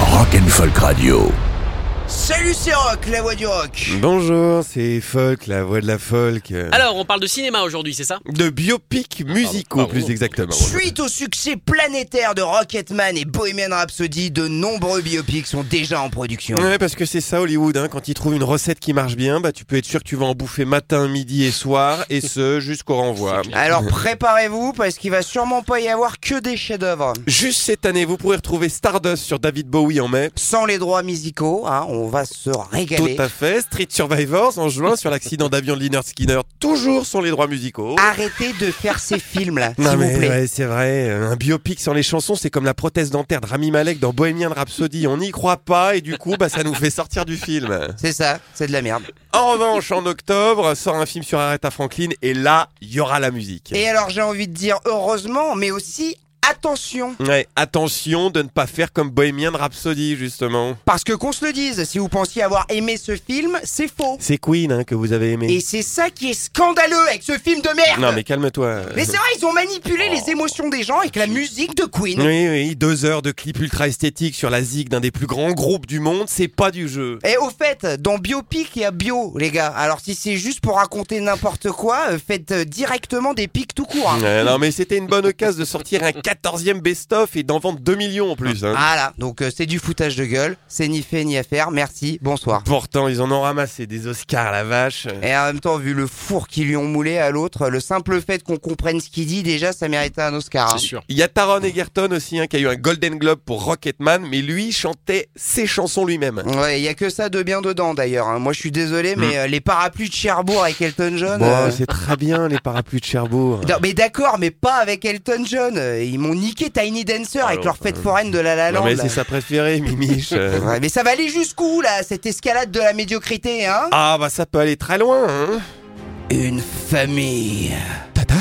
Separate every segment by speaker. Speaker 1: Rock'n'Folk Radio.
Speaker 2: Salut c'est Rock, la voix du rock
Speaker 3: Mmh. Bonjour, c'est Folk, la voix de la folk. euh,
Speaker 4: Alors, on parle de cinéma aujourd'hui, c'est ça
Speaker 3: de biopics musicaux,
Speaker 4: pardon. Ah,
Speaker 3: plus exactement.
Speaker 2: Suite au succès planétaire de Rocketman et Bohemian Rhapsody, de nombreux biopics sont déjà en production.
Speaker 3: Ouais, parce que c'est ça Hollywood, hein, quand ils trouvent une recette qui marche bien, bah tu peux être sûr que tu vas en bouffer matin, midi et soir, et ce jusqu'au renvoi.
Speaker 2: Alors préparez-vous parce qu'il va sûrement pas y avoir que des chefs-d'œuvre.
Speaker 3: Juste cette année, vous pourrez retrouver Stardust sur David Bowie en mai.
Speaker 2: Sans les droits musicaux, hein, on va se régaler.
Speaker 3: Tout à fait, Street Survivors en juin sur l'accident d'avion de Liner Skinner, toujours sans les droits musicaux.
Speaker 2: Arrêtez de faire ces films là,
Speaker 3: Non
Speaker 2: s'il vous
Speaker 3: mais
Speaker 2: plaît.
Speaker 3: ouais, c'est vrai, euh, un biopic sans les chansons, c'est comme la prothèse dentaire de Rami Malek dans Bohemian Rhapsody, on n'y croit pas et du coup bah ça nous fait sortir du film.
Speaker 2: C'est ça, c'est de la merde.
Speaker 3: En revanche, en octobre, sort un film sur Aretha Franklin et là, il y aura la musique.
Speaker 2: Et alors j'ai envie de dire heureusement, mais aussi attention.
Speaker 3: Ouais, attention de ne pas faire comme Bohemian Rhapsody, justement.
Speaker 2: Parce que qu'on se le dise, si vous pensiez avoir aimé ce film, c'est faux.
Speaker 3: C'est Queen hein, que vous avez aimé.
Speaker 2: Et c'est ça qui est scandaleux avec ce film de merde.
Speaker 3: Non mais calme-toi.
Speaker 2: Mais c'est vrai, ils ont manipulé les émotions des gens avec la musique de Queen.
Speaker 3: Oh. Oui, oui, deux heures de clip ultra esthétique sur la zig d'un des plus grands groupes du monde, c'est pas du jeu.
Speaker 2: Et au fait, dans biopic, il y a bio, les gars. Alors si c'est juste pour raconter n'importe quoi, euh, faites euh, directement des pics tout court. hein.
Speaker 3: Ouais, Euh, non mais c'était une bonne occasion de sortir un 14e best-of et d'en vendre 2 millions en plus. hein.
Speaker 2: Voilà, donc euh, c'est du foutage de gueule, c'est ni fait ni à faire, merci, bonsoir.
Speaker 3: Pourtant, ils en ont ramassé des Oscars, la vache.
Speaker 2: Et en même temps, vu le four qu'ils lui ont moulé à l'autre, le simple fait qu'on comprenne ce qu'il dit, déjà, ça méritait un Oscar. hein.
Speaker 4: C'est sûr.
Speaker 3: Il y a Taron Egerton aussi, hein, qui a eu un Golden Globe pour Rocketman, mais lui chantait ses chansons lui-même.
Speaker 2: Ouais, il y a que ça de bien dedans d'ailleurs. hein. Moi, je suis désolé, mais euh, les parapluies de Cherbourg avec Elton John. euh,
Speaker 3: Mm. Bah, c'est très bien les parapluies de Cherbourg.
Speaker 2: Non, mais d'accord, mais pas avec Elton John. Euh, Ils m'ont niqué Tiny Dancer avec leur fête foraine de La La Land.
Speaker 3: Ah, Non mais
Speaker 2: là.
Speaker 3: c'est sa préférée, Mimiche. Euh.
Speaker 2: Ouais, mais ça va aller jusqu'où là, cette escalade de la médiocrité, hein
Speaker 3: Ah bah ça peut aller très loin. Hein.
Speaker 2: Une famille
Speaker 3: Tata,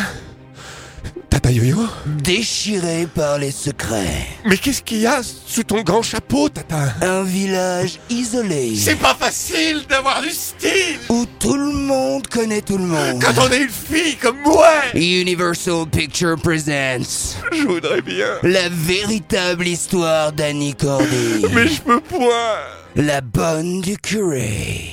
Speaker 3: tata Yo-Yo,
Speaker 2: déchirée par les secrets.
Speaker 3: mais qu'est-ce qu'il y a sous ton grand chapeau, tata
Speaker 2: Un village isolé
Speaker 3: pas facile d'avoir du style
Speaker 2: où tout le monde connaît tout le monde.
Speaker 3: on est une fille comme moi.
Speaker 2: Universal Picture Presents
Speaker 3: Je voudrais bien,
Speaker 2: La véritable histoire d'Annie Cordy.
Speaker 3: je peux point.
Speaker 2: La bonne du curé.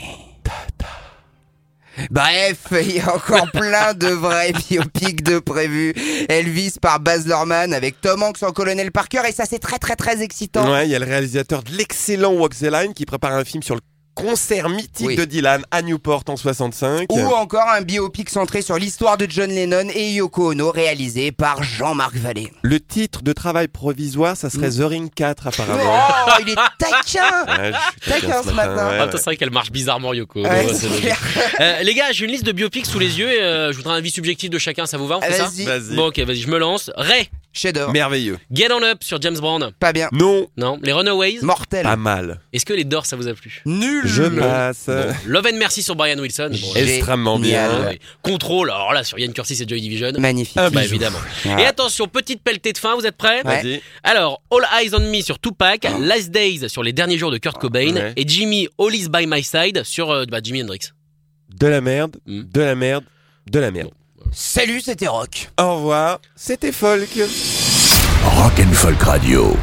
Speaker 2: Bref, il y a encore plein de vrais biopics de prévus. Elvis par Baz Luhrmann avec Tom Hanks en Colonel Parker et ça c'est très très très excitant.
Speaker 3: Ouais, il y a le réalisateur de l'excellent Walk the Line qui prépare un film sur le concert mythique
Speaker 2: Oui.
Speaker 3: de Dylan à Newport en 65.
Speaker 2: Ou encore un biopic centré sur l'histoire de John Lennon et Yoko Ono réalisé par Jean-Marc Vallée.
Speaker 3: Le titre de travail provisoire, ça serait The Ring
Speaker 2: Oh,
Speaker 3: 4 apparemment.
Speaker 2: il est taquin
Speaker 3: Ah Ouais, je suis
Speaker 2: Taquin ce matin.
Speaker 3: ouais,
Speaker 4: Ah, putain,
Speaker 3: ouais.
Speaker 4: c'est vrai qu'elle marche bizarrement, Yoko.
Speaker 2: Ouais,
Speaker 4: Ouais,
Speaker 2: c'est
Speaker 4: c'est logique.
Speaker 2: clair.
Speaker 4: Euh, les gars, j'ai une liste de biopics sous les yeux et euh, je voudrais un avis subjectif de chacun, ça vous va On fait ça
Speaker 2: Vas-y,
Speaker 3: Vas-y.
Speaker 4: Bon, ok, vas-y, je me lance. Ray,
Speaker 2: chef-d'œuvre.
Speaker 3: Merveilleux.
Speaker 4: Get On Up sur James Brown.
Speaker 2: Pas bien.
Speaker 3: Non,
Speaker 4: Non. Les Runaways.
Speaker 2: Mortel.
Speaker 3: pas mal.
Speaker 4: Est-ce que les Doors, ça vous a plu
Speaker 2: Nul.
Speaker 3: Ah, Je passe.
Speaker 4: Love and Mercy sur Brian Wilson. Bon, Ah,
Speaker 2: Génial.
Speaker 3: Extrêmement bien.
Speaker 4: ouais. Contrôle, alors là, sur Ian Curtis et Joy Division.
Speaker 2: Magnifique.
Speaker 3: Un
Speaker 4: Bah,
Speaker 3: bijou.
Speaker 4: évidemment.
Speaker 2: Ah.
Speaker 4: Et attention, petite pelletée de fin, vous êtes prêts
Speaker 2: Ouais.
Speaker 3: Vas-y.
Speaker 4: Alors, All Eyes on Me sur Tupac, Last Days sur les derniers jours de Kurt Cobain,
Speaker 3: Ouais.
Speaker 4: et Jimmy All Is By My Side sur euh, bah, Jimi Hendrix.
Speaker 3: De la merde,
Speaker 4: Mm.
Speaker 3: de la merde, de la merde.
Speaker 2: Salut, c'était Rock.
Speaker 3: Au revoir, c'était Folk.
Speaker 1: Rock'n'Folk Radio.